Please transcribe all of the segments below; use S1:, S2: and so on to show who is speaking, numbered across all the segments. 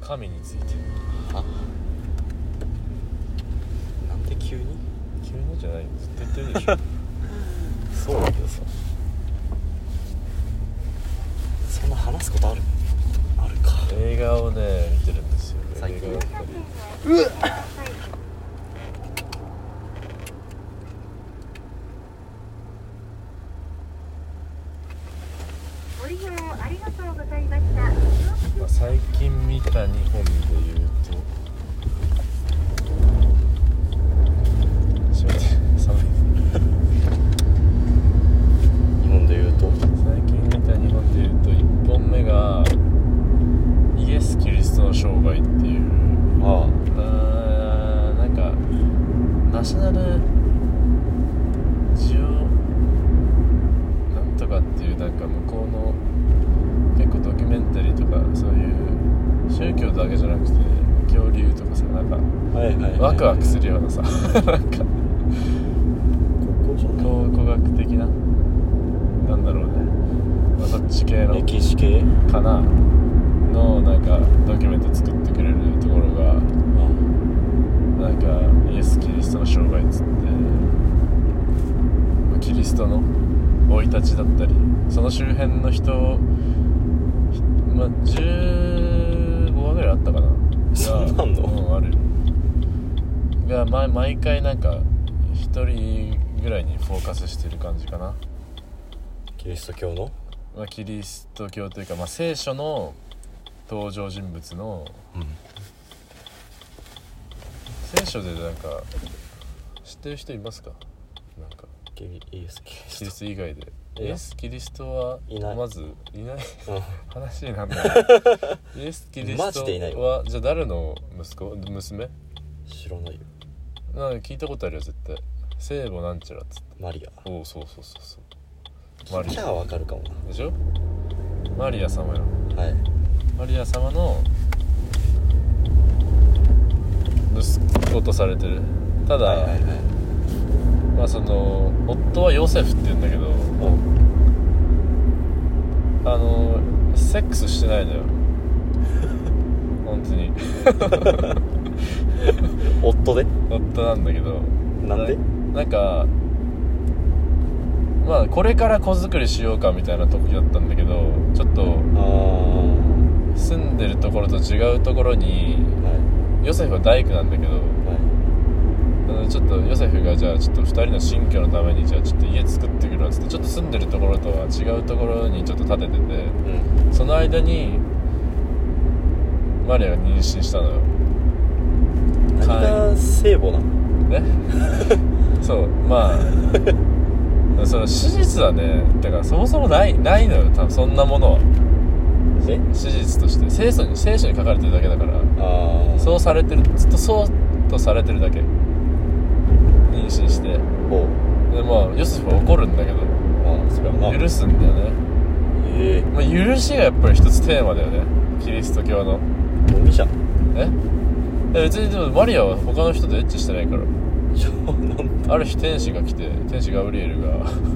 S1: 神について
S2: はなんで急に
S1: 急にじゃないよずっと言ってるで しょ
S2: そうだけどさそんな話すことあるあるか
S1: 映画をね見てるんですよ
S2: 最近
S1: 映画だったり
S3: ご利用ありがとうございました。
S1: まあ、最近見た2本で言うとすいません寒い
S2: 日本で言うと
S1: 最近見た2本で言うと1本目が「イエス・キリストの生涯」っていう
S2: あ
S1: ななんかナショナルジオなんとかっていうなんか向こうの結構ドキュメンタリーとかそういう宗教だけじゃなくて恐竜とかさなんか
S2: あはいはい、はい、
S1: ワクワクするようなさ なんか
S2: ここじゃない
S1: 考古学的ななんだろうね、まあ、そっち系の
S2: 歴史系
S1: かなのなんかドキュメント作ってくれるところが
S2: あ
S1: なんかイエス・キリストの生涯っつってまあキリストの生い立ちだったりその周辺の人ひまあ15話ぐらいあったかな
S2: そんなんの
S1: がうんあるが、ま、毎回なんか1人ぐらいにフォーカスしてる感じかな、
S2: キリスト教の
S1: まあ、キリスト教というか、まあ、聖書の登場人物の
S2: うん
S1: 聖書でなんか知ってる人いますかなんか
S2: キリイエス
S1: キ
S2: キリ
S1: リ
S2: ス
S1: スト以外で
S2: い
S1: イ
S2: や
S1: エス・キリスト
S2: いな
S1: はいまずいない
S2: トうん
S1: 話になん だイエス・キリ
S2: マ
S1: ス
S2: ジでいない
S1: トはじゃあ誰の息子娘
S2: 知らないよ
S1: なんか聞いたことあるよ絶対聖母なんちゃらっつって
S2: マリア
S1: おおそうそうそうそうマ
S2: マ
S1: リ
S2: リア
S1: ア
S2: はわかるかも
S1: でしょマリア様よ
S2: なはい
S1: マリア様の息子とされてるただ、
S2: はいはいはい
S1: まあその夫はヨセフって言うんだけど
S2: お
S1: あのセックスして ないのよ本当に
S2: 夫で
S1: 夫なんだけど
S2: なんで
S1: なんかまあこれから子作りしようかみたいな時だったんだけどちょっと
S2: ああ
S1: 住んでるところと違うところに
S2: はい
S1: ヨセフは大工なんだけど
S2: はい
S1: あのちょっとヨセフがじゃあちょっと2人の新居のためにじゃあちょっと家作ってくるわっつってちょっと住んでるところとは違うところにちょっと建ててて
S2: うん
S1: その間にマリアが妊娠したのよ
S2: 何が聖母なの
S1: ね そうまあ その史実はねだからそもそもないないのよ多分そんなものは
S2: え
S1: 史実として聖書に聖書に書かれてるだけだから
S2: ああ
S1: そうされてるずっとそうとされてるだけ妊娠してで
S2: お
S1: まあヨセフは怒るんだけど
S2: まあそれはな
S1: 許すんだよね、
S2: ええ
S1: まあ、許しがやっぱり一つテーマだよねキリスト教の
S2: ゴミじゃん
S1: えいや別にでもマリアは他の人とエッチしてないから
S2: そうなん
S1: ある日天使が来て天使ガブリエルが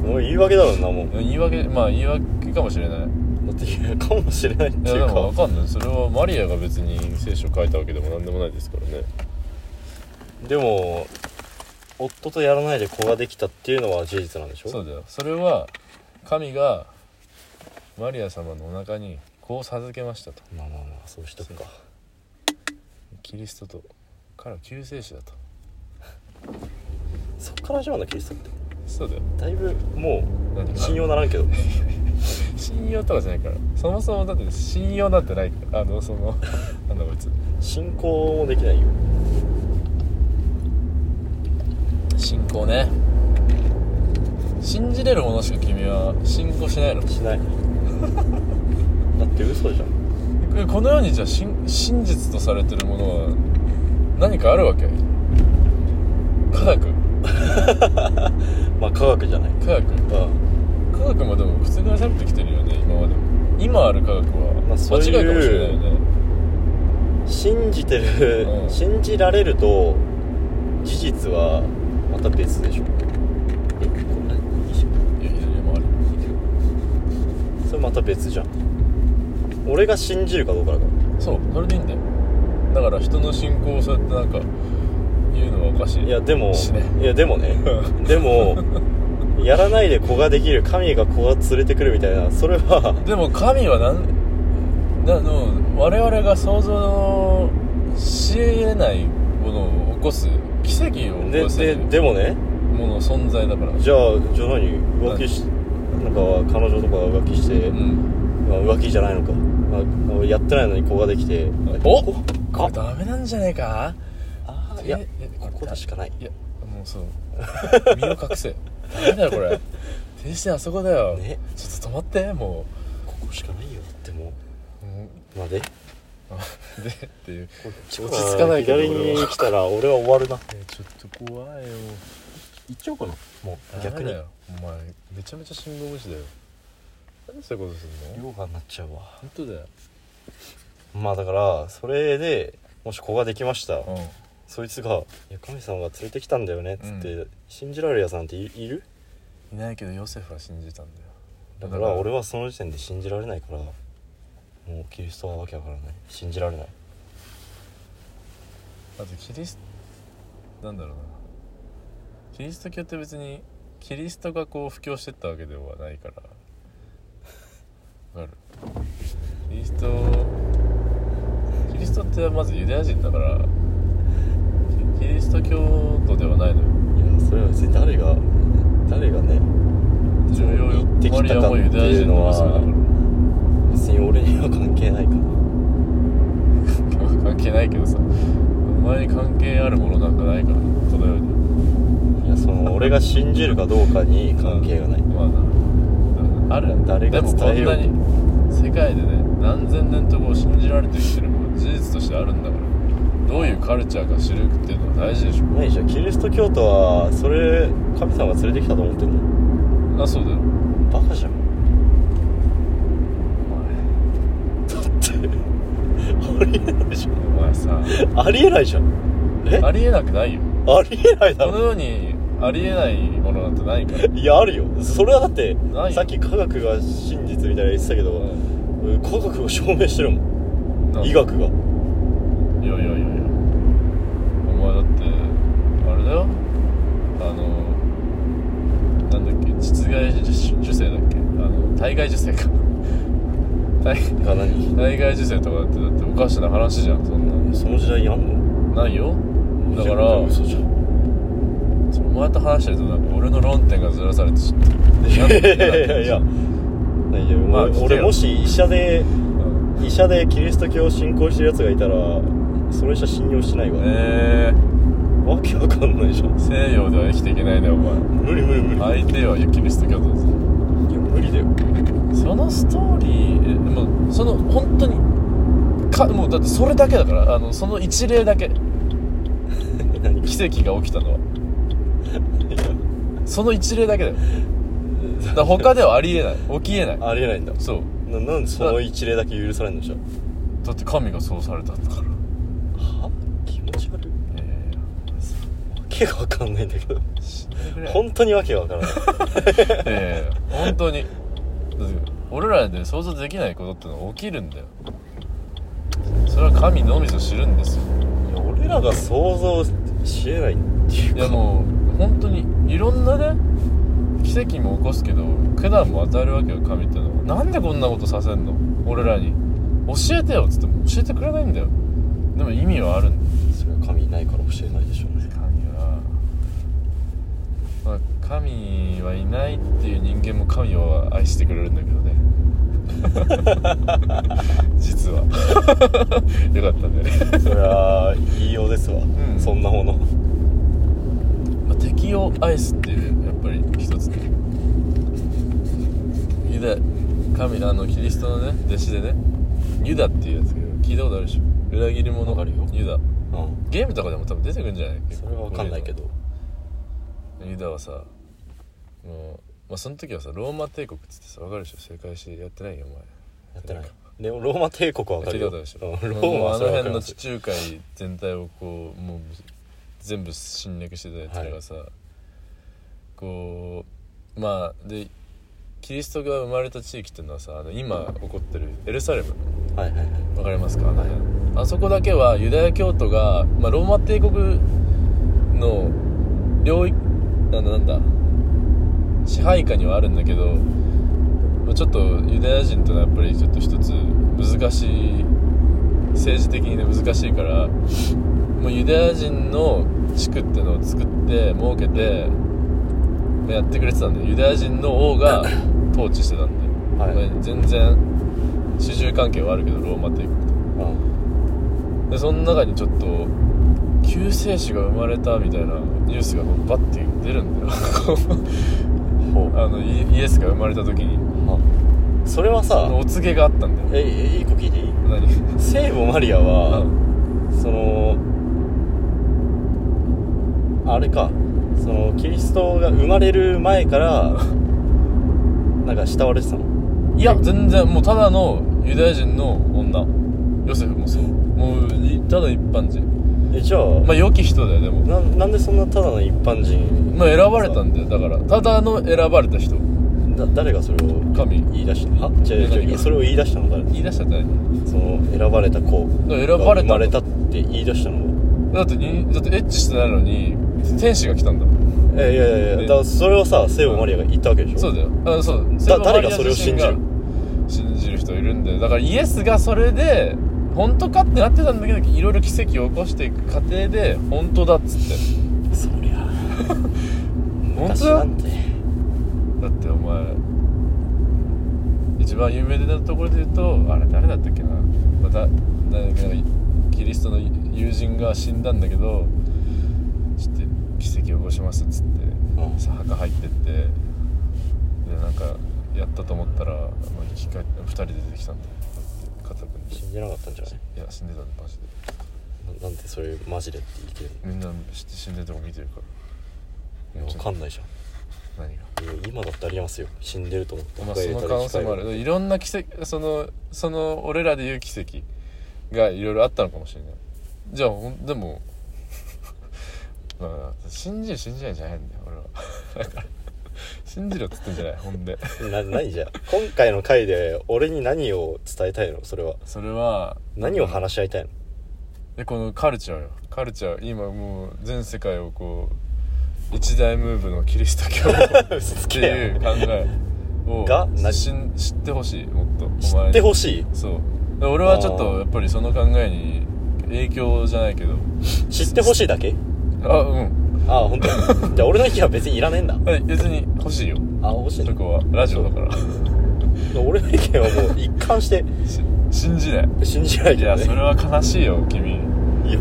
S2: もう言い訳だろうなもう
S1: 言い訳まあ言い訳かもしれない
S2: だっていやかもしれないって
S1: いやで
S2: いう
S1: も
S2: か
S1: 分かんないそれはマリアが別に聖書を書いたわけでも何でもないですからね
S2: でも夫とやらないで子ができたっていうのは事実なんでしょ
S1: そうだよそれは神がマリア様のお腹に子を授けましたと
S2: まあまあまあそうしとくか
S1: キリストとから救世主だと
S2: そっから始まるんだキリストって
S1: そうだよ
S2: だいぶも
S1: 何
S2: う
S1: が
S2: 信用ならんけど
S1: 信用とかじゃないからそもそもだって信用なんてないからあのその なんだこいつ
S2: 信仰もできないよ
S1: 信仰ね信じれるものしか君は信仰しないの
S2: しないだって嘘じゃん
S1: えこの世にじゃあ真真実とされてるものは何かあるわけ科学
S2: まあ科学じゃない
S1: 科学
S2: うん
S1: 科学もでも覆されてきてるよね今までも今ある科学は、
S2: まあそういう
S1: 間違いかもしれないよね
S2: 信じてる、
S1: うん
S2: 信じられると事実はまた別でしょえこんないいじゃん
S1: いやいやいやもうある
S2: それまた別じゃん俺が信じるかどうかだから
S1: そうそれでいいんだよだから人の信仰をそうやってなんか言うのはおかしい
S2: いやでも
S1: しね
S2: いやでもねでもやらないで子ができる神が子が連れてくるみたいなそれは
S1: でも神はなんなの我々が想像し得ないものを起こす奇跡を起
S2: で
S1: こ
S2: ですでもね
S1: もの存在だから
S2: じゃあじゃあ何浮気しなんか彼女とかが浮気して、
S1: うん
S2: まあ、浮気じゃないのか、まあ、やってないのに子ができて
S1: お
S2: こ
S1: これダメなんじゃねえか
S2: あーいや
S1: ええ
S2: ここでしかない
S1: いやもう そう身を隠せダメだよこれ停止線あそこだよ、
S2: ね
S1: ちょっと止まっても
S2: ここしかないよでも
S1: う、うん
S2: まあで
S1: あでっていう
S2: ち
S1: 落ち着かないけど
S2: 左
S1: 俺
S2: に
S1: は
S2: 来たら俺は終わるな
S1: えちょっと怖いよ
S2: 行っちゃおうかなもう逆
S1: 逆
S2: に
S1: だよお前めちゃめちゃ信号無視だよなんでそういうことするの
S2: 量がになっちゃうわ
S1: 本当だよ
S2: まあだからそれでもし子ができました、
S1: うん
S2: そいつが「いや神様が連れてきたんだよね」っつって、
S1: う
S2: 信じられるやつなんていいる
S1: いないけどヨセフは信じたんだよ
S2: だから俺はその時点で信じられないからもうキリストはわけわからない信じられない
S1: あとキリスなんだろうなキリスト教って別にキリストがこう布教してったわけではないからわかるキリストキリストってまずユダヤ人だからキキリスト教徒ではないのよ
S2: いやそれは別に誰が誰がね
S1: 重要よ
S2: 行ってきたかっていうのは
S1: マリアもユダヤ人の娘だから
S2: 別に俺には関係ないから
S1: 関係ないけどさお前に関係あるものなんかないからこのように
S2: いやその俺が信じるかどうかに関係がない
S1: まあなある
S2: 誰が伝えようと
S1: でもこんなに世界でね何千年とこう信じられてきてるもの事実としてあるんだからどういうカルチャーか知るっていうのは大事でしょ
S2: 何じゃあキリスト教徒はそれ神様が連れてきたと思ってんの
S1: あそうだよ
S2: バカじゃんだってありえないじ
S1: お前さ
S2: ゃんありえないじゃんえ
S1: ありえなくないよ
S2: ありえないだ
S1: この
S2: ろ
S1: 世にありえないものなんてないから
S2: いやあるよそれはだって
S1: ないよ
S2: さっき科学が真実みたいなの言ってたけど、科学が証明してるも
S1: なんん
S2: 医学が
S1: いやいやいやいやお前だってあれだよあのなんだっけ実害受受精だっけあの体外受精か 体
S2: が何
S1: 体外受精とかだってだっておかしな話じゃんそん
S2: その時代やん
S1: なないよ
S2: の
S1: だから
S2: 嘘じゃん
S1: お前と話してるとなんか俺の論点がずらされてちょっと
S2: い
S1: 嫌
S2: や
S1: ない
S2: やいや
S1: 嫌な
S2: いやいや
S1: まあ
S2: 俺
S1: 聞けよ
S2: 俺もし医者で
S1: うん
S2: 医者でキリスト教を信仰してるやつがいたらその医者信用しないわ、
S1: え
S2: わけわかんないじゃん
S1: ー、西洋では生きていけないねお前
S2: 無理無理無理、い、
S1: 相手はキリスト教徒だぞ
S2: や無理だよ
S1: そのストーリーえもうその本当にかもうだってそれだけだからあのその一例だけ
S2: 何
S1: 奇跡が起きたのはい
S2: や
S1: その一例だけだよだから他ではありえない起きえない
S2: ありえないんだ
S1: そう
S2: ななんでその一例だけ許されんのじゃ
S1: だって神がそうされたんだから
S2: は気持ち悪い
S1: いやいやいやお前さ
S2: わけがわかんないんだけど
S1: 死んでくれ
S2: 本当にわけがわからない
S1: いやいやいや本当にだって俺らで想像できないことってのは起きるんだよそれは神のみぞ知るんですよ
S2: いや俺らが想像しえないっていう
S1: い
S2: か
S1: やもう本当にいろんなね奇跡も起こすけど苦難も与えるわけよ神ってのはなんでこんなことさせんの俺らに教えてよっつっても教えてくれないんだよでも意味はあるんだよ
S2: それは神いないから教えないでしょうね
S1: 神は、まあ、神はいないっていう人間も神を愛してくれるんだけどね実は よかったんだよね
S2: それは言いようですわ、
S1: ん
S2: そんなもの
S1: まあ、敵を愛すっていうやっぱり一つねユダ神あのキリストのね弟子でねユダっていうやつが聞いたことあるでしょ裏切り者があるよユダ
S2: うん
S1: ゲームとかでも多分出てくるんじゃない
S2: それはわかんないけど
S1: ユダはさもう、まあ、その時はさローマ帝国っつってさわかるでしょ世界史やってないよお前
S2: やってないでもローマ帝国はわか
S1: 聞
S2: る
S1: いた
S2: よ
S1: ことあるでしょ
S2: うんロー
S1: もう
S2: マ
S1: あの
S2: はそれは
S1: 辺
S2: わかり
S1: の
S2: ます
S1: 地中海全体をこうもう全部侵略してたやつらがさ、こうまあでキリストが生まれた地域っていうのはさあの今起こってるエルサレム
S2: はいはいはい
S1: わかりますか、あそこだけはユダヤ教徒が、まあ、ローマ帝国の領域なんだなんだ支配下にはあるんだけどまあちょっとユダヤ人とのやっぱりちょっと一つ難しい政治的にね難しいからもうユダヤ人の地区ってのを作って設けてまあやってくれてたんでユダヤ人の王が統治してたんで、
S2: はい
S1: まあ全然主従関係はあるけどローマ帝国と。
S2: あ
S1: でその中にちょっと救世主が生まれたみたいなニュースがこうバッて出るんだよ
S2: ほう
S1: あのイイエスが生まれた時に
S2: あそれは
S1: あの
S2: さ
S1: お告げがあったんだよ
S2: ええいい子聞いていい
S1: 何
S2: 聖母マリア
S1: あ
S2: はそのあれかそのキリストが生まれる前から なんか慕われてたの
S1: いや全然もうただのユダヤ人の女ヨセフもそうもういただ一般人
S2: えじゃあ、
S1: まあ良き人だよでも
S2: ななんでそんなただの一般人
S1: まあ選ばれたんだよだからただの選ばれた人
S2: だ誰がそれを
S1: 神
S2: 言い出したのはじゃあ
S1: え何
S2: じゃ
S1: が
S2: あそれを言い出したの誰
S1: 言い出しちゃったね
S2: その選ばれた子
S1: だから選ば
S2: が
S1: れ
S2: 生
S1: た
S2: まれたって言い出したの
S1: だってにだってエッチしてないのに天使が来たんだもん
S2: えいやいやいやだからそれはさ聖母マリアが言ったわけでしょ
S1: そうだよあそう
S2: だ誰がそれを信じる
S1: 信じる人いるんだよだからイエスがそれで本当かってなってたんだけどいろいろ奇跡を起こしていく過程で本当だっつって
S2: そり ゃ
S1: 本
S2: 昔
S1: 当
S2: な
S1: だ
S2: んて
S1: だってお前一番有名なところで言うとあれ誰だったっけなまたなんかキリストの友人が死んだんだけどちょっと奇跡を起こしますっつって、
S2: うん
S1: さ墓入ってってでなんかやったと思ったら、まあ、生き返って2人で出てきたんだよだって肩組んで
S2: 死んでなかったんじゃない
S1: いや死んでたんでマジで
S2: ななんでそれマジでって言ってる
S1: みんな知って死んでるとこ見てるか
S2: の
S1: ら
S2: いやわかんないじゃん
S1: 何が
S2: いや今だってありますよ死んでると思って
S1: まあ、その可能性もあるいろんな奇跡そのその俺らで言う奇跡がいろいろあったのかもしれないじゃあほんでも まあ信じる信じないじゃないんだよ俺は だから信じるっつってんじゃないほんで
S2: な何じゃ今回の回で俺に何を伝えたいのそれは
S1: それは
S2: 何を話し合い たいの
S1: でこのカルチャーよカルチャー今もう全世界をこう一大ムーブのキリスト教
S2: 嘘つ
S1: って
S2: け
S1: いう
S2: よ
S1: 考えを
S2: が何
S1: しん知ってほしいもっとお
S2: 知
S1: 前に
S2: ってほしい
S1: そうで俺はちょっとやっぱりその考えに影響じゃないけど
S2: 知ってほしいだけ
S1: あうん
S2: ああ本当。じゃあ俺の意見は別にいらねえんだ
S1: はい別に欲しいよ
S2: あ欲しい
S1: そこはラジオだから
S2: 俺の意見はもう一貫して
S1: し信じない
S2: 信じない
S1: い
S2: けど
S1: や
S2: ね
S1: それは悲しいよ君
S2: いや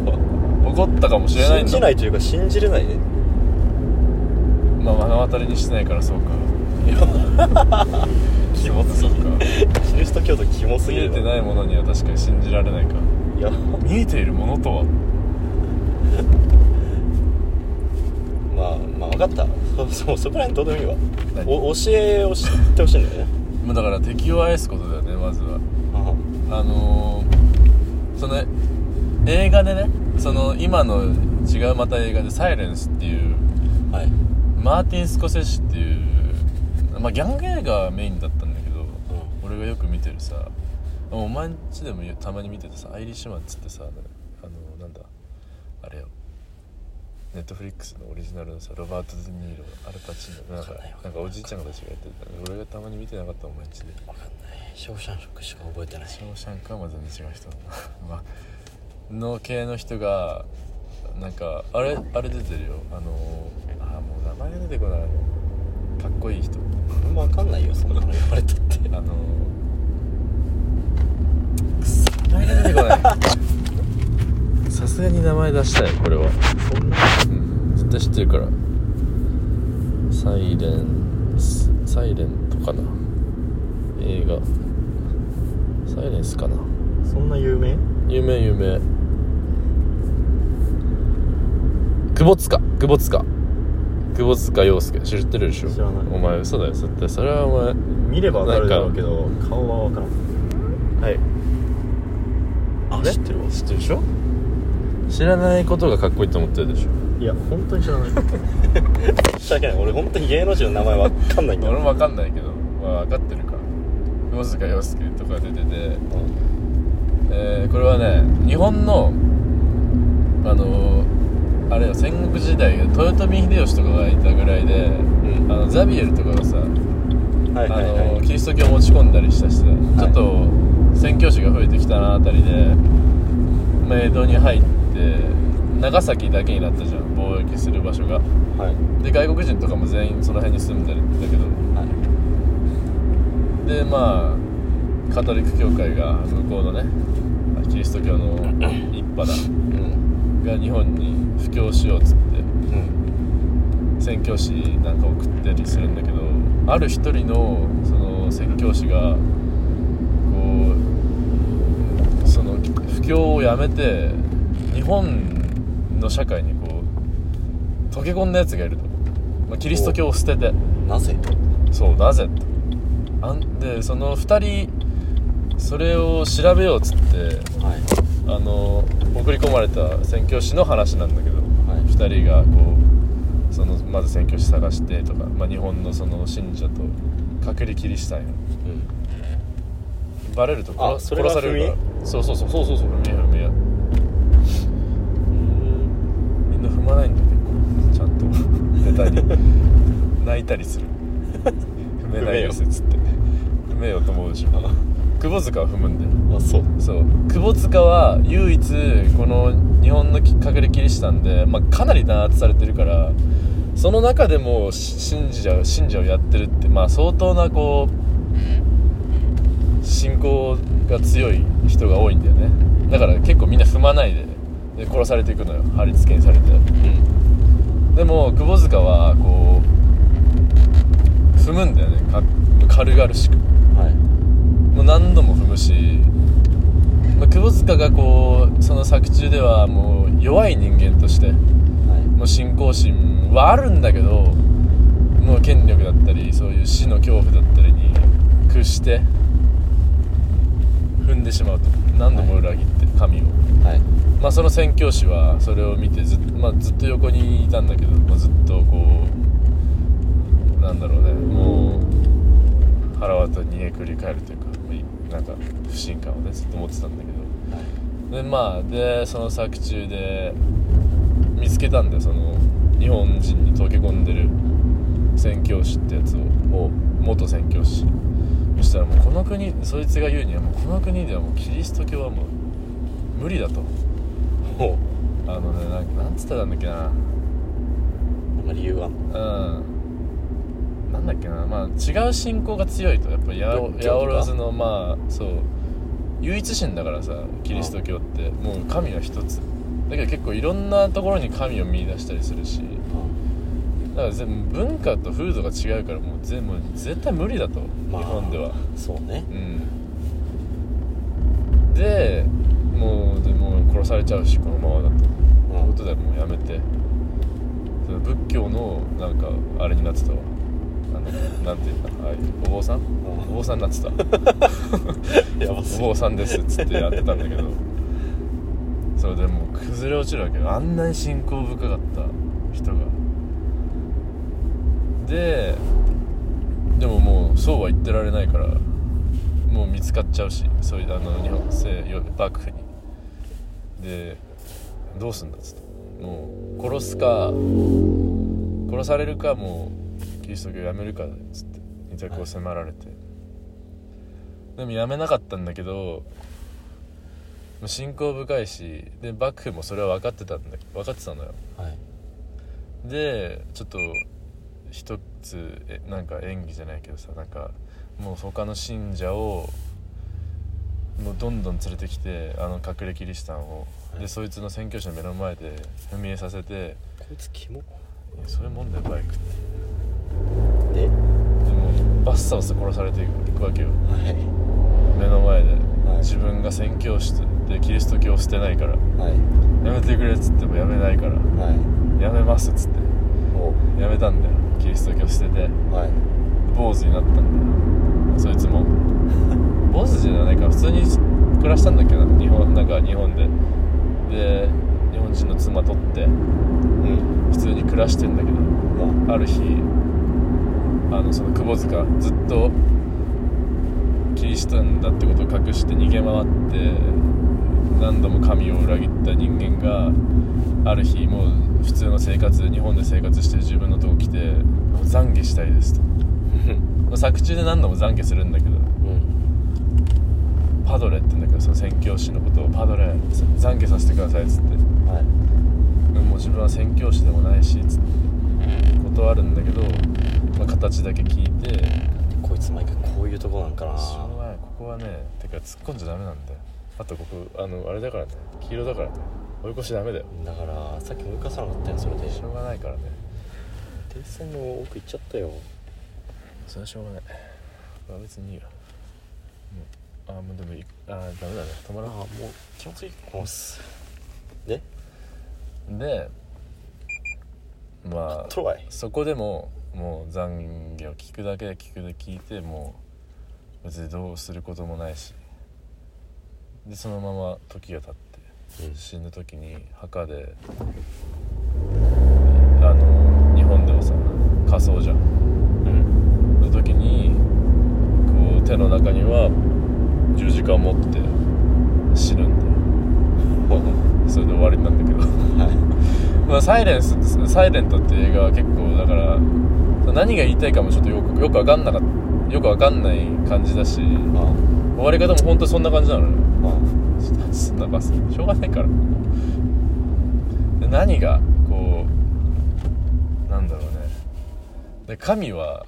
S1: 怒ったかもしれないんだ
S2: 信じないというか信じれないね
S1: まあ目の当たりにしてないからそうか
S2: キモす
S1: そ
S2: ぎ
S1: うか
S2: るキリスト教徒キモす
S1: 見
S2: ぎ
S1: え
S2: る
S1: てないものには確かに信じられないか
S2: いや
S1: 見えているものとは
S2: まあまあ分かった そそそこら辺どうでもいいわ
S1: 何
S2: お教えを知ってほしいんだよね
S1: まあだから敵を愛すことだよねまずは
S2: あ
S1: あのーその映画でねその今の違うまた映画で「サイレンスっていう
S2: はい
S1: マーティン・スコセッシっていう、まあ、ギャング映画がメインだったんだけど俺がよく見てるさお前んちでもたまに見ててさ「アイリッシュマン」っつってさあのなんだあれよネットフリックスのオリジナルのさロバート・デ・ニーロアル・パチーノなんか
S2: わかんないわ
S1: なんかおじいちゃんたちがやってた俺がたまに見てなかったお前んちで
S2: 分かんないショーシャンショックしか覚えてない
S1: ショーシャンクはまあ全然違う人だな、 まあ、の系の人がなんかあれあれ出てるよあのー、あーもう名前が出てこないかっこいい人
S2: 俺も分かんないよそんなの言われたって
S1: あのー、くそ名前が出てこないさすがに名前出したいこれは
S2: そんな
S1: うん絶対知ってるからサイレンスサイレントかな映画サイレンスかな
S2: そんな有名
S1: 有名有名久保塚久保塚久保塚洋介知ってるでしょ
S2: 知らない
S1: お前嘘だよ絶対それはお前
S2: 見れば
S1: わかるだろうけ
S2: ど顔は分からんはいあ
S1: ね
S2: 知ってるわ
S1: 知ってるでしょ知らないことがかっこいいと思ってるでしょ
S2: いや本当に知 らない申し訳ない俺本当に芸能人の名前分かんないんだ
S1: 俺も分かんないけど、まあ、分かってるか久保塚洋介とか出てて
S2: うん
S1: えーこれはね日本のあのーあれよ戦国時代豊臣秀吉とかがいたぐらいで、
S2: ん
S1: あのザビエルとかがさ、
S2: はいはい
S1: あ
S2: は
S1: の
S2: い
S1: キリスト教を持ち込んだりしたしさ、ちょっと宣教師が増えてきたなあたりで、まあ、江戸に入って長崎だけになったじゃん貿易する場所が
S2: はい
S1: で外国人とかも全員その辺に住んでるんだけど
S2: はい
S1: でまあカトリック教会が向こうのねあキリスト教の一派だ
S2: うん
S1: が日本に布教しようっつって
S2: うん
S1: 宣教師なんか送ったりするんだけどある一人のその宣教師がこうその布教をやめて日本の社会にこう溶け込んだやつがいると、まあ、キリスト教を捨てて
S2: なぜ
S1: そうなぜとあんでその2人それを調べようっつって
S2: はい
S1: あの送り込まれた宣教師の話なんだけど、
S2: はい
S1: 2人がこうそのまず宣教師探してとか、まあ、日本のその信者と隔離キリシタンよ
S2: うん
S1: バレると
S2: あ
S1: 殺
S2: そ
S1: 殺
S2: れが
S1: されるからそうそうそうそうそうそう踏み踏みやみんな踏まないんだ結構ちゃんと寝 たり泣いたり する踏めないよせっつって踏めようと思うで しょ窪塚は踏むんだよ
S2: あそう
S1: そう窪塚は唯一この日本の隠れキリシタンで、まあ、かなり弾圧されてるからその中でもし信者を信者をやってるって、まあ、相当なこう信仰が強い人が多いんだよねだから結構みんな踏まないでで殺されていくのよ貼り付けにされて
S2: うん
S1: でも窪塚はこう踏むんだよねか軽々しく
S2: はい
S1: もう何度も踏むし、まあ、窪塚がこうその作中ではもう弱い人間として
S2: は
S1: もう信仰心はあるんだけどもう権力だったりそういう死の恐怖だったりに屈して踏んでしまうと何度も裏切って神を、
S2: いはい
S1: まあ、その宣教師はそれを見てず,、まあ、ずっと横にいたんだけど、まあ、ずっとこうなんだろうねもう腹渡り逃げくり返るというかまあいなんか不信感をねずっと持ってたんだけ
S2: はい
S1: どでまあでその作中で見つけたんだよその日本人に溶け込んでる宣教師ってやつを
S2: お
S1: 元宣教師そしたらもうこの国そいつが言うにはもうこの国ではもうキリスト教はもう無理だと。
S2: お
S1: あのねなんなんつってたんだっけな
S2: あんまり言わん
S1: うんなんだっけなまあ違う信仰が強いとやっぱやお
S2: 仏教とか
S1: やおろずのまあそう唯一神だからさキリスト教ってもう神は一つだけど結構いろんなところに神を見出したりするしだから全部文化と風土が違うからもう全部絶対無理だと、
S2: まあ
S1: 日本では
S2: そうね
S1: うんでもうでもう殺されちゃうしこのままだと
S2: う
S1: こ
S2: ん
S1: とでもうやめてその仏教のなんかあれになってたわあのなんていうかああいうお坊さん
S2: ん
S1: お坊さんになってた
S2: やば
S1: お
S2: すぎ
S1: 坊さんですっつってやってたんだけどそれでもう崩れ落ちるわけよあんなに信仰深かった人がででももうそうは言ってられないからもう見つかっちゃうしそういうあの日本政よ幕府にでどうすんだっつってもう殺すか殺されるかもうキリスト教やめるかっつって二択を迫られて、でもやめなかったんだけどもう信仰深いしで幕府もそれは分かってたんだ分かってたのよ
S2: はい
S1: でちょっと一つえなんか演技じゃないけどさなんかもう他の信者をもうどんどん連れてきてあの隠れキリシタンを、
S2: はい
S1: でそいつの宣教師の目の前で踏み絵させて
S2: こいつキモ
S1: 「いやそれもんだよバイク」って
S2: で
S1: でもうバッサバサ殺されていくわけよ
S2: は
S1: 目の前で、
S2: い
S1: 自分が宣教師でキリスト教を捨てないから
S2: いはい
S1: やめてくれっつってもやめないから
S2: はい
S1: やめますっつって
S2: お
S1: やめたんだよキリスト教捨てて
S2: はい
S1: 坊主になったんだよそいつも坊主じゃないか普通に暮らしたんだけど日本なんか日本でで日本人の妻取って
S2: うん
S1: 普通に暮らしてんだけど
S2: ま
S1: ある日あのその窪塚ずっとキリシタンだってことを隠して逃げ回って何度も神を裏切った人間がある日もう普通の生活日本で生活してる自分のとこ来てもう懺悔したいですと、まあ作中で何度も懺悔するんだけど
S2: うん
S1: パドレって言うんだけどその宣教師のことをパドレ懺悔させてくださいっつって
S2: はい
S1: でももう自分は宣教師でもないしつって断るんだけど、まあ、形だけ聞いて
S2: こいつ毎回こういうとこなんかな
S1: しょうがないここはねてか突っ込んじゃダメなんだよあとここあのあれだからね黄色だからね追い越しダメだよ
S2: だからさっき追い返さなかったよそれで
S1: しょうがないからね
S2: 停戦の奥行っちゃったよ
S1: それはしょうがない、まあ、別にいいよもうあもうでもいあーダメだね止ま
S2: あ
S1: ら
S2: もう気持ちいいこのすで
S1: んでまあ
S2: トライ
S1: そこでももう懺悔を聞くだけ聞くで聞いてもう別にどうすることもないしでそのまま時が経って死ぬ時に墓であの日本でもさ火葬じゃん
S2: うん
S1: の時にこう手の中には十字架を持って死ぬんだよそれで終わりなんだけど。
S2: は
S1: まあ、サイレンスサイレントっていう映画は結構だからその何が言いたいかもちょっとよくよくわかんなかっよくわかんない感じだし
S2: いまあ
S1: 終わり方も本当にそんな感じなのね
S2: まあ
S1: ちょっとすんなバスしょうがないからで何がこうなんだろうねで神は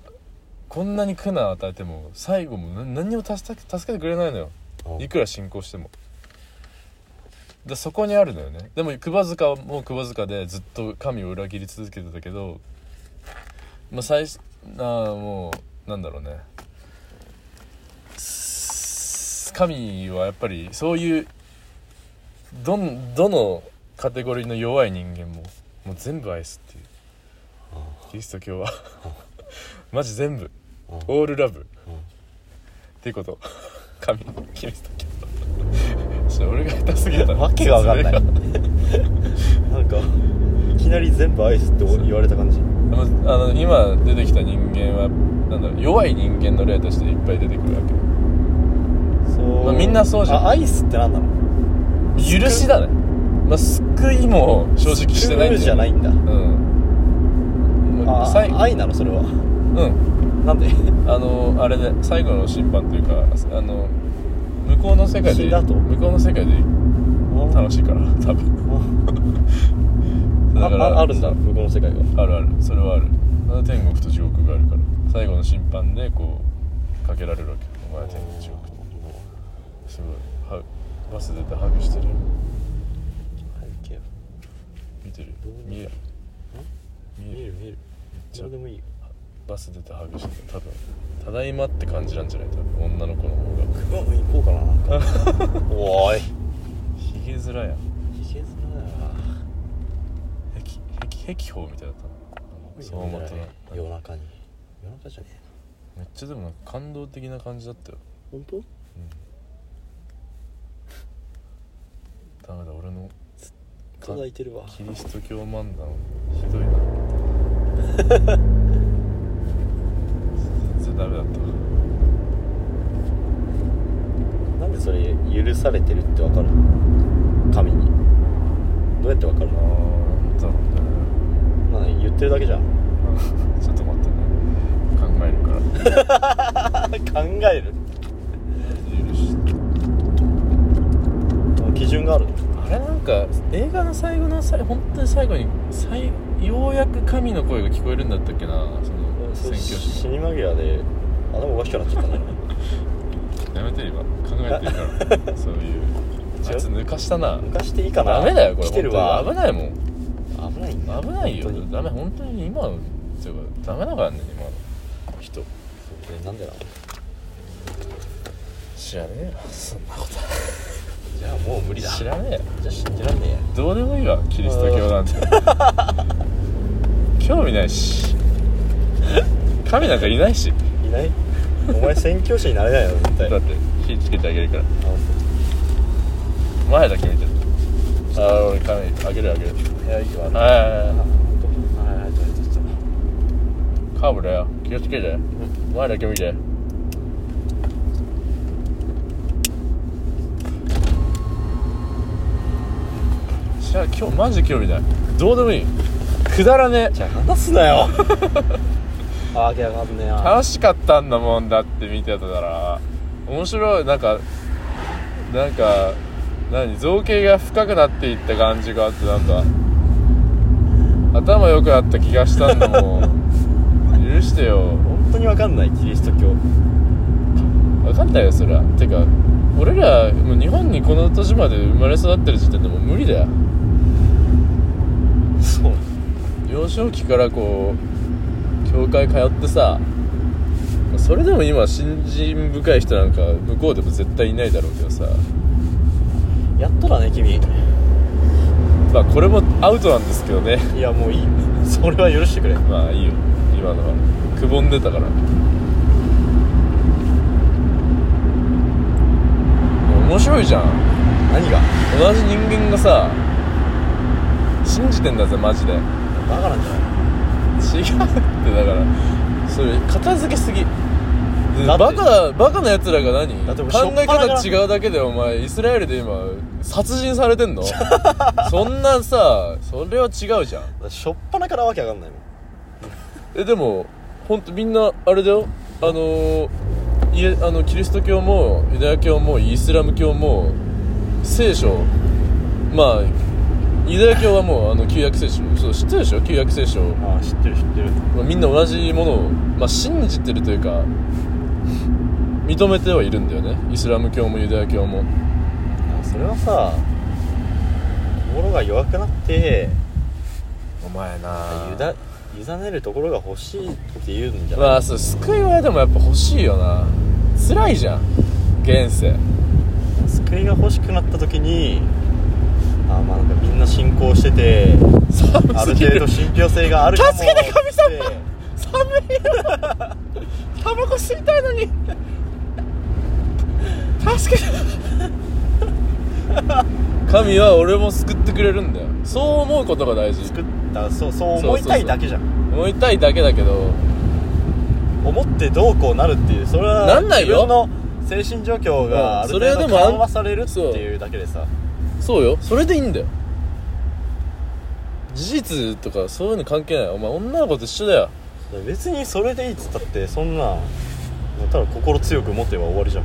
S1: こんなに苦難を与えても最後も何何にも助け助けてくれないのよ
S2: うん
S1: いくら信仰してもでそこにあるのよねでも窪塚はもう窪塚でずっと神を裏切り続けてたけどまあ最初ああもうなんだろうねす神はやっぱりそういうどんどのカテゴリーの弱い人間ももう全部愛すっていうキリスト教はマジ全部
S2: うん
S1: オールラブ
S2: うん
S1: っていうこと神キリスト教ちょっと俺が下手すぎた
S2: わけがわかんない
S1: それ
S2: なんかいきなり全部アイスって言われた感じ
S1: でもあの今出てきた人間はなんだろう弱い人間の例としていっぱい出てくるわ
S2: そう、
S1: まあみんなそうじゃん
S2: あアイスって何なの
S1: け許しだね、まあ、救いも正直してないんだよ
S2: ルールじゃないんだ
S1: うんもう
S2: あ
S1: さい
S2: 愛なのそれは
S1: うん
S2: なんで
S1: あのあれで最後の審判というかあの向こうの世界
S2: 死
S1: で
S2: んだと
S1: 向こうの世界で楽しいから多分
S2: あ
S1: だから
S2: ああるんだ向こうの世界が
S1: あるあるそれはある天国と地獄があるから最後の審判でこうかけられるわけお前は天国地獄すごいはバス出てハグしてる
S2: 背景を
S1: 見てる
S2: どういう
S1: 見える見
S2: 見
S1: え
S2: え
S1: る
S2: る見える
S1: じゃ
S2: ど
S1: あ
S2: うでもいいよ
S1: バス出てハグしてる多分ただいまって感じなんじゃない多分女の子の方が
S2: 熊も行こうかななんか おーい
S1: ヒゲ面やん
S2: ひげ面だよ
S1: 壁壁壁砲みたいだったなそう思ったら
S2: 夜中に夜中じゃねえ
S1: めっちゃでもなんか感動的な感じだったよ、
S2: 本当
S1: うん、ダメだ俺の
S2: 届いてるわ
S1: キリスト教漫談ひどいな全然ダメだった
S2: なんでそれ許されてるってわかる神にどうやってわかる
S1: あ
S2: の
S1: ーなんだろう
S2: まあ言ってるだけじ ゃん
S1: ね ちょっと待ってね考えるから
S2: 考える
S1: 許し
S2: 基準があるの
S1: あれなんか映画の最後の最本当に最後に最ようやく神の声が聞こえるんだったっけなその宣
S2: そ
S1: 教
S2: れ死
S1: 師の
S2: に間際で頭おかしくなっちゃっ たね
S1: やめて今考えてる からそういうあいつ抜かしたな
S2: 抜かしていいかな
S1: ダメだよこれ
S2: 来てるわ
S1: 本当に危ないもん
S2: 危ないんだ
S1: 危ないよ
S2: 本当に
S1: ダメ本当に今のっていうかダメだからね今の人
S2: これなんでなの
S1: 知らねえよそんなこと
S2: じゃあもう無理だ
S1: 知
S2: じゃ
S1: らねえよ
S2: あ信じらんねえや
S1: どうでもいいわキリスト教なんて興味ないし神なんかいないし
S2: いないお前宣教師になれないよ絶対
S1: だって火つけてあげるから前だけ見てるああ俺カメあげるあげる
S2: いやいいわ
S1: はいいは
S2: はいはいちょっとちょっ
S1: いカーブだよ気をつけて前だけ見てゃあ今日マジ興味ないどうでもいいくだらねえ
S2: じゃあ話すなよ あけ上がんねえな
S1: 楽しかったんだもんだって見てたら面白いなんかなんか何造形が深くなっていった感じがあってなんか頭良くなった気がしたんだもん許してよ
S2: 本当にわかんないキリスト教
S1: 分かんないよそりゃてか俺らもう日本にこの年まで生まれ育ってる時点でもう無理だよ
S2: そう
S1: 幼少期からこう教会通ってさそれでも今信心深い人なんか向こうでも絶対いないだろうけどさ
S2: やっとだね君
S1: まあこれもアウトなんですけどね
S2: いやもういいそれは許してくれ
S1: まあいいよ今のはくぼんでたから面白いじゃん
S2: 何が
S1: 同じ人間がさ信じてんだぜマジで違う
S2: バカなんじゃな
S1: ってだからそれ片付けすぎで
S2: だ
S1: バ
S2: って
S1: カなバカなやつらが何
S2: だって俺
S1: 考え
S2: しょっぱな
S1: 方
S2: か
S1: 違うだけでお前イスラエルで今殺人されてん のそんなさそれは違うじゃん
S2: いしょっぱなからわけわかんないもん
S1: えでも本当みんなあれだよあのーいえあのキリスト教もユダヤ教もイスラム教も聖書まあユダヤ教はもうあの旧約聖書そう知ってるでしょ旧約聖書、
S2: ああ知ってる知ってる
S1: まあ、みんな同じものを、まあ、信じてるというか認めてはいるんだよねイスラム教もユダヤ教も
S2: あそれはさ心が弱くなって
S1: お前
S2: ゆだ委ねるところが欲しいって言うんじゃない、
S1: まあそう救いはでもやっぱ欲しいよな辛いじゃん現世
S2: 救いが欲しくなった時にあまあなんかみんな信仰して てあ
S1: 寒す
S2: る
S1: ぎ
S2: 程
S1: る
S2: 度信憑性があるかも
S1: 助けて神様
S2: っ
S1: 寒
S2: て
S1: いよタバコ吸いたいのに助けて神は俺も救ってくれるんだよそう思うことが大事
S2: 作ったそうそう思いたいだけじゃん
S1: 思いたいだけだけど
S2: 思ってどうこうなるっていうそれは
S1: なんないよ
S2: 自分の精神状況
S1: う
S2: があ
S1: ん
S2: る
S1: それは
S2: 程
S1: で
S2: 度
S1: もあん
S2: 緩和されるっていうだけでさ
S1: そうよそれでいいんだよ事実とかそういうの関係ないお前女の子と一緒だよ
S2: 別にそれでいいっつったってそんなただ心強く持てば終わりじゃん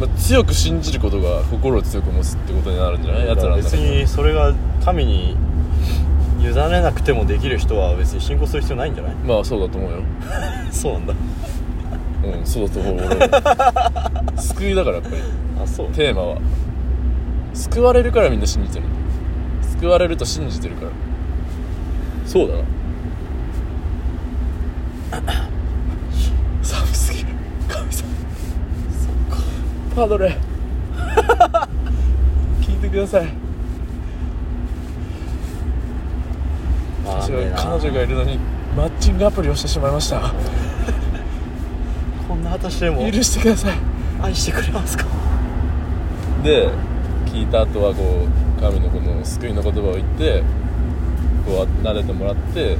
S1: まあ強く信じることが心を強く持つってことになるんじゃないやつらの中
S2: 別
S1: で
S2: にそれが神に委ねなくてもできる人は別に信仰する必要ないんじゃない
S1: まあそうだと思うよ
S2: そうなんだ
S1: うんそうだと思う俺は 救いだからやっぱり
S2: あそう
S1: テーマは救われるからみんな信じてる救われると信じてるからそうだな 寒すぎる神様そっかパドレ 聞いてください
S2: あ
S1: 私
S2: ねえ
S1: は
S2: な
S1: 彼女がいるのにマッチングアプリをしてしまいました
S2: こんな私でも
S1: 許してください
S2: 愛してくれますか
S1: で聞いた後はこう神のこの救いの言葉を言ってこう慣れてもらって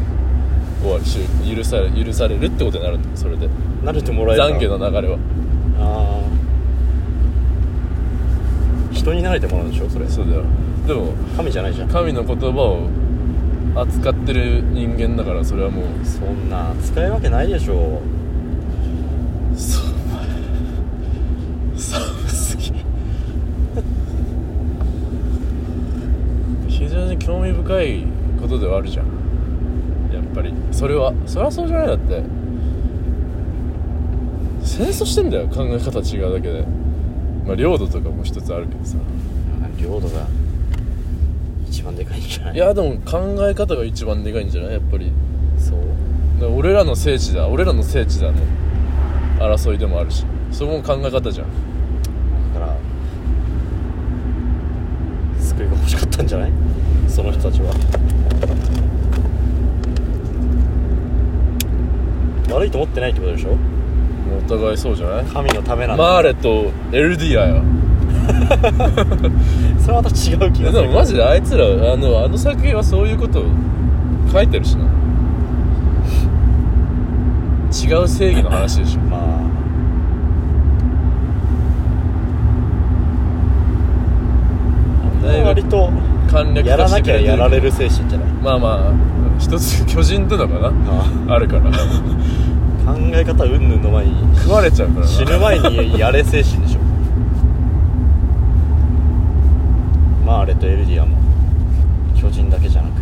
S1: 終わりしゅ許され許されるってことになるんだよそれで
S2: 慣れてもらえる
S1: 懺悔の流れは
S2: ああ人に慣れてもらうんでしょそれ
S1: そうだよでも
S2: 神じゃないじゃん
S1: 神の言葉を扱ってる人間だからそれはもう
S2: そんな使えるわけないでしょ
S1: そう寒すぎ 非常に興味深いことではあるじゃんやっぱりそれはそりゃそうじゃないだって戦争してんだよ考え方違うだけでまあ領土とかも一つあるけどさ
S2: 領土が一番でかいんじゃない
S1: いやでも考え方が一番でかいんじゃないやっぱり
S2: そう
S1: だから俺らの聖地だ俺らの聖地だの争いでもあるしそれも考え方じゃん
S2: だから救いが欲しかったんじゃないその人たちは悪いと思ってないってことでしょ
S1: お互いそうじゃない
S2: 神のためなんだ、
S1: マーレとエルディアよ
S2: それはまた違う気
S1: い
S2: が
S1: や
S2: す
S1: で
S2: る
S1: もマジであいつらあのあの作品はそういうことを書いてるしな違う正義の話でしょ
S2: まあ
S1: だいぶ
S2: 割と
S1: 簡略
S2: や
S1: 化
S2: ら
S1: してく
S2: なきゃ
S1: れて
S2: や
S1: る
S2: られる精神じゃない
S1: まあまあ一つ巨人ってのかな
S2: あ
S1: あるから
S2: あ考え方云々の前に
S1: 食われちゃうからな
S2: 死ぬ前にやれ精神でしょマーレとエルディアも巨人だけじゃなく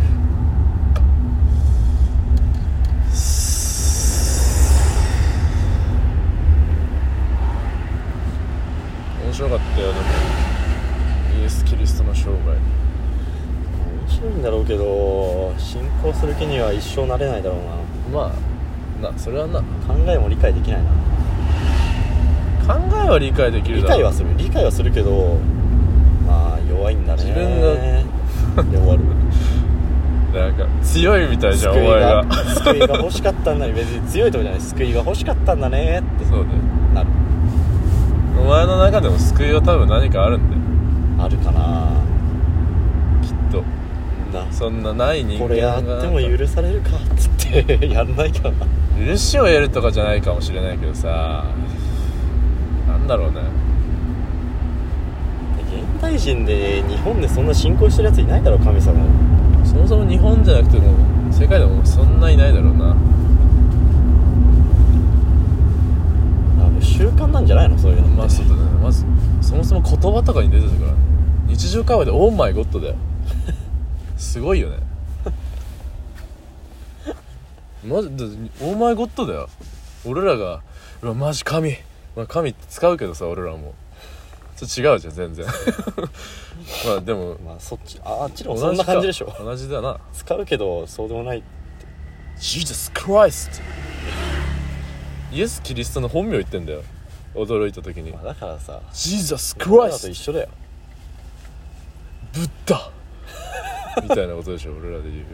S1: 面白かったよでもイエス・キリストの生涯
S2: 面白いんだろうけど信仰する気には一生なれないだろうな
S1: まあなそれはな
S2: 考えも理解できないな
S1: 考えは理解できる
S2: 理
S1: だろ
S2: 解はする理解はするけどまあ弱いんだね
S1: 自分が
S2: で終わる
S1: なんか強いみたい じゃんお
S2: 救い
S1: 前が
S2: が救いが欲しかったんだね 別に強いとかじゃない救いが欲しかったんだねって
S1: そうだよ
S2: なる
S1: お前の中でも救いは多分何かあるんだよ
S2: あるかな
S1: きっと
S2: な
S1: そんなない人
S2: こ
S1: 間
S2: れや
S1: が
S2: っても許されるかっつってやんないからな
S1: 許しを得るとかじゃないかもしれないけどさなんだろうね
S2: 現代人で日本でそんな信仰してるやついないだろう神様
S1: そもそも日本じゃなくても世界でもそんないないだろうな
S2: あもう習慣なんじゃないのそういうのって
S1: まあそうだねまずそもそも言葉とかに出てるからね日常会話で「オーマイゴッド」だよすごいよねマジで「オーマイゴッド」だよ俺らが「うわマジ神」まあ、神って使うけどさ俺らもちょっと違うじゃん全然 まあでも
S2: まあそっちああっちでもそんな感じでしょ
S1: 同か同じだな
S2: 使うけどそうでもない
S1: 「Jesus Christ」イエス・キリストの本名言ってんだよ驚いた時に
S2: まあだからさ
S1: 「Jesus
S2: 俺らと
S1: Christ
S2: 一」緒だよ
S1: ブッダみたいなことでしょ俺らで言う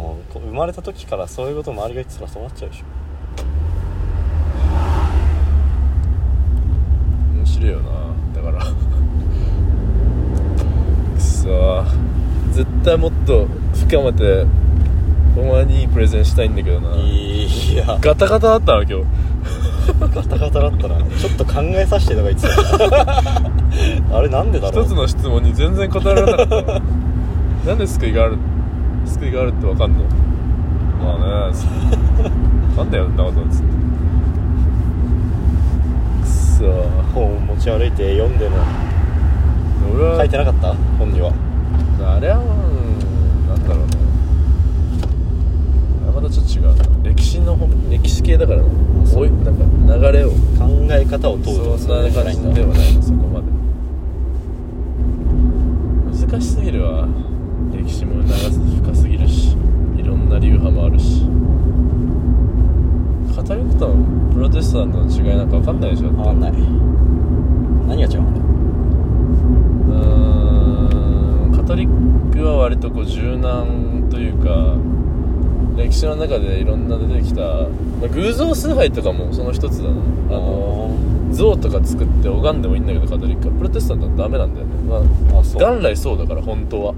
S2: もうこう生まれた時からそういうこと周りが言ってたらそうなっちゃうでしょ
S1: 面白いよなだからくそー絶対もっと深めてお前にいいプレゼンしたいんだけどない
S2: や
S1: ガタガタだったな今日
S2: ガタガタだったなちょっと考えさせてとか言って たあれなんでだろう
S1: 一つの質問に全然答えられなかったわなんで救いがある救いがあるってわかんのまあねなんだよそんなことっつってくそー
S2: 本を持ち歩いて読んでも
S1: 俺は
S2: 書いてなかった本には
S1: あれはうんなんだろうねあれまたちょっと違うな歴史の本歴史系だからなおいなんか流れを
S2: 考え方を問うとか
S1: そんな
S2: じゃ
S1: 感
S2: ない
S1: じ
S2: んだ
S1: ではないなそこまで難しすぎるわ歴史も長す深すぎるしいろんな流派もあるしカタリックとプロテスタントの違いなんか分かんないでしょ
S2: わかんない何が違うん
S1: うーんカトリックは割とこう柔軟というか歴史の中でいろんな出てきた、まあ偶像崇拝とかもその一つだなあ
S2: だ
S1: の像とか作って拝んでもいいんだけどカトリックはプロテスタントはダメなんだよね、まあ、
S2: あそう
S1: 元来そうだから本当は、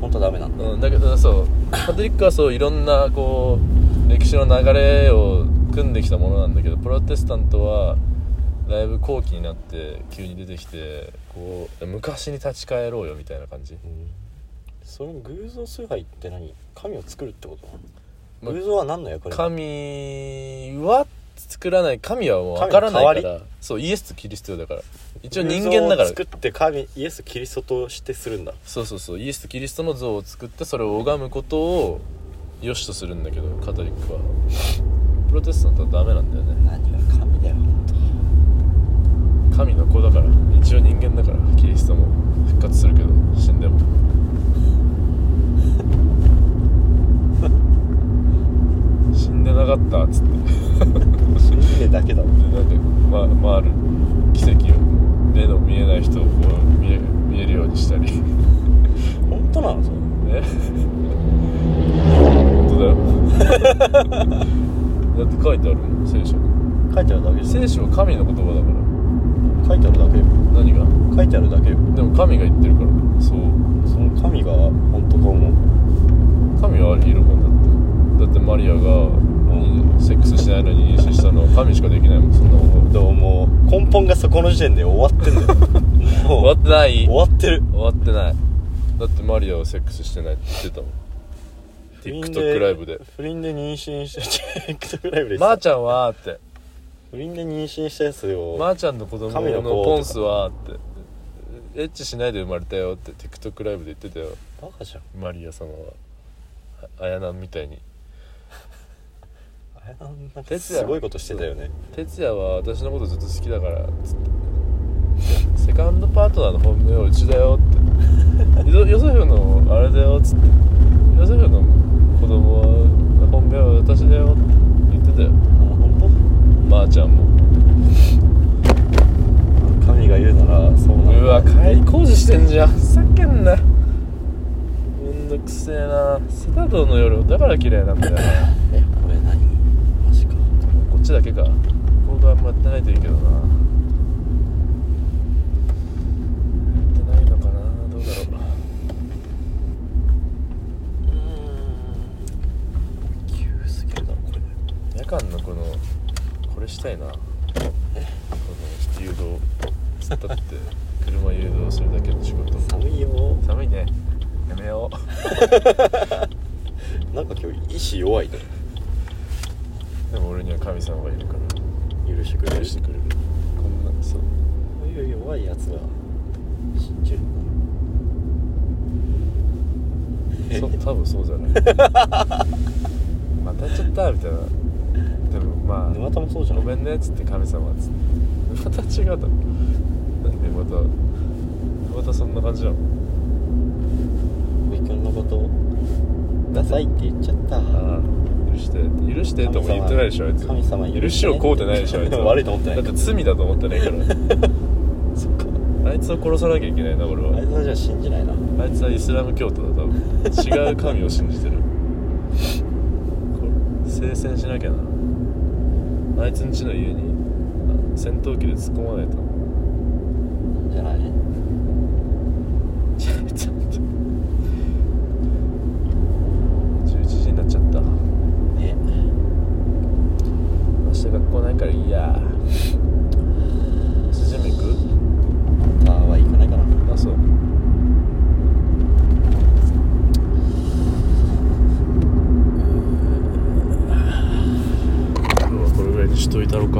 S2: 本当ダメなんだ
S1: うん、だけどそうカトリックはそういろんなこう歴史の流れを組んできたものなんだけどプロテスタントはだいぶ後期になって急に出てきてこう昔に立ち返ろうよみたいな感じ
S2: その偶像崇拝って何神を作るってことなの、
S1: まあ
S2: 偶像は何の役割
S1: 神は作らない神はもう分からない
S2: 神
S1: か
S2: の代
S1: らそうイエスとキリストだから一応人間だ
S2: 偶
S1: か
S2: 像を作
S1: ら
S2: って神イエス・キリストとしてするんだ
S1: そうそうそうイエスとキリストの像を作ってそれを拝むことを良しとするんだけどカトリックはプロテスタントはダメなんだよね
S2: 何が神だよ
S1: 神の子だから一応人間だからキリストも復活するけど死んでも 死んでなかったっつって
S2: 信じてだけだろ
S1: でなんか、ま、回る奇跡を目の見えない人をこう見え見えるようにしたり ね
S2: 本当なのそれ
S1: 本当だよ だって書いてあるもん聖書に
S2: 書いてあるだけです
S1: 聖書は神の言葉だか
S2: 書いてあるだけよ
S1: ら何が
S2: 書いてあるだけよ
S1: でも神が言ってるからそう
S2: その神が本当か思う
S1: 神は喜んだってだってマリアが、
S2: ん
S1: セックスしないのに妊娠したのは神しかできないもんそんなこ
S2: どうも根本がそこの時点で終わってんだよ
S1: 終わってない
S2: 終わってる
S1: 終わってないだってマリアはセックスしてないって言ってたもん TikTok ライブで
S2: 不倫で妊娠して TikTok ライブ
S1: 「
S2: で
S1: まー、ちゃんは?」って
S2: 不倫で妊娠したやつ
S1: 「
S2: を、
S1: まー、ちゃんの子供
S2: 神の
S1: の
S2: 子
S1: ポンスは?」って「エッチしないで生まれたよ」って TikTok ライブで言ってたよ
S2: バカじゃん
S1: マリア様はあ綾菜みたいに
S2: あれなんか
S1: 哲也
S2: すごいことしてたよね
S1: 「哲也は私のことずっと好きだから」つってセカンドパートナーの本命はうちだよ」ってヨヨセフのあれだよ」つって「ヨセフの子供は本命は私だよ」って言ってたよ
S2: あ本
S1: まー、ちゃんも
S2: 当神が言うならそうなんだ
S1: うわ帰り工事してんじゃんふざけんなめんどくせえなセダドの夜だから嫌いなんだよな
S2: えこれ何マジか
S1: こっちだけかコードはあんまやってないといいけどなやってないのかなどうだろ
S2: うーん急すぎるなこれ
S1: う夜間のこのこれしたいなこの誘導突っ立って車誘導するだけの仕事
S2: 寒いよ
S1: 寒いねやめよ
S2: なんか今日意志弱いね
S1: うでも俺には神様がいるか
S2: 許してくれ
S1: ら
S2: る
S1: 許してくれるこんなそう
S2: こういう弱いやつが信じるんだ
S1: そ
S2: え
S1: 多分そうじゃないまたやっちゃったみたいなでもまあ
S2: 沼田もそうじゃん
S1: ごめんねっつって神様っつってまた違うだろなんでまたまたそんな感じなの
S2: みくんのことダサいって言っちゃった
S1: ああ許して許してとも言ってないでしょあいつ
S2: 神様許してね
S1: 許しをこうてないでしょあいつ
S2: 悪いと思ってない
S1: だって罪だと思ってないから
S2: そっか
S1: あいつを殺さなきゃいけないな俺
S2: あいつ
S1: は
S2: はじゃあ信じないな
S1: あいつはイスラム教徒だ多分違う神を信じてるこれ聖戦しなきゃなあいつんちの家にあ戦闘機で突っ込まないと
S2: じゃない
S1: ちょっと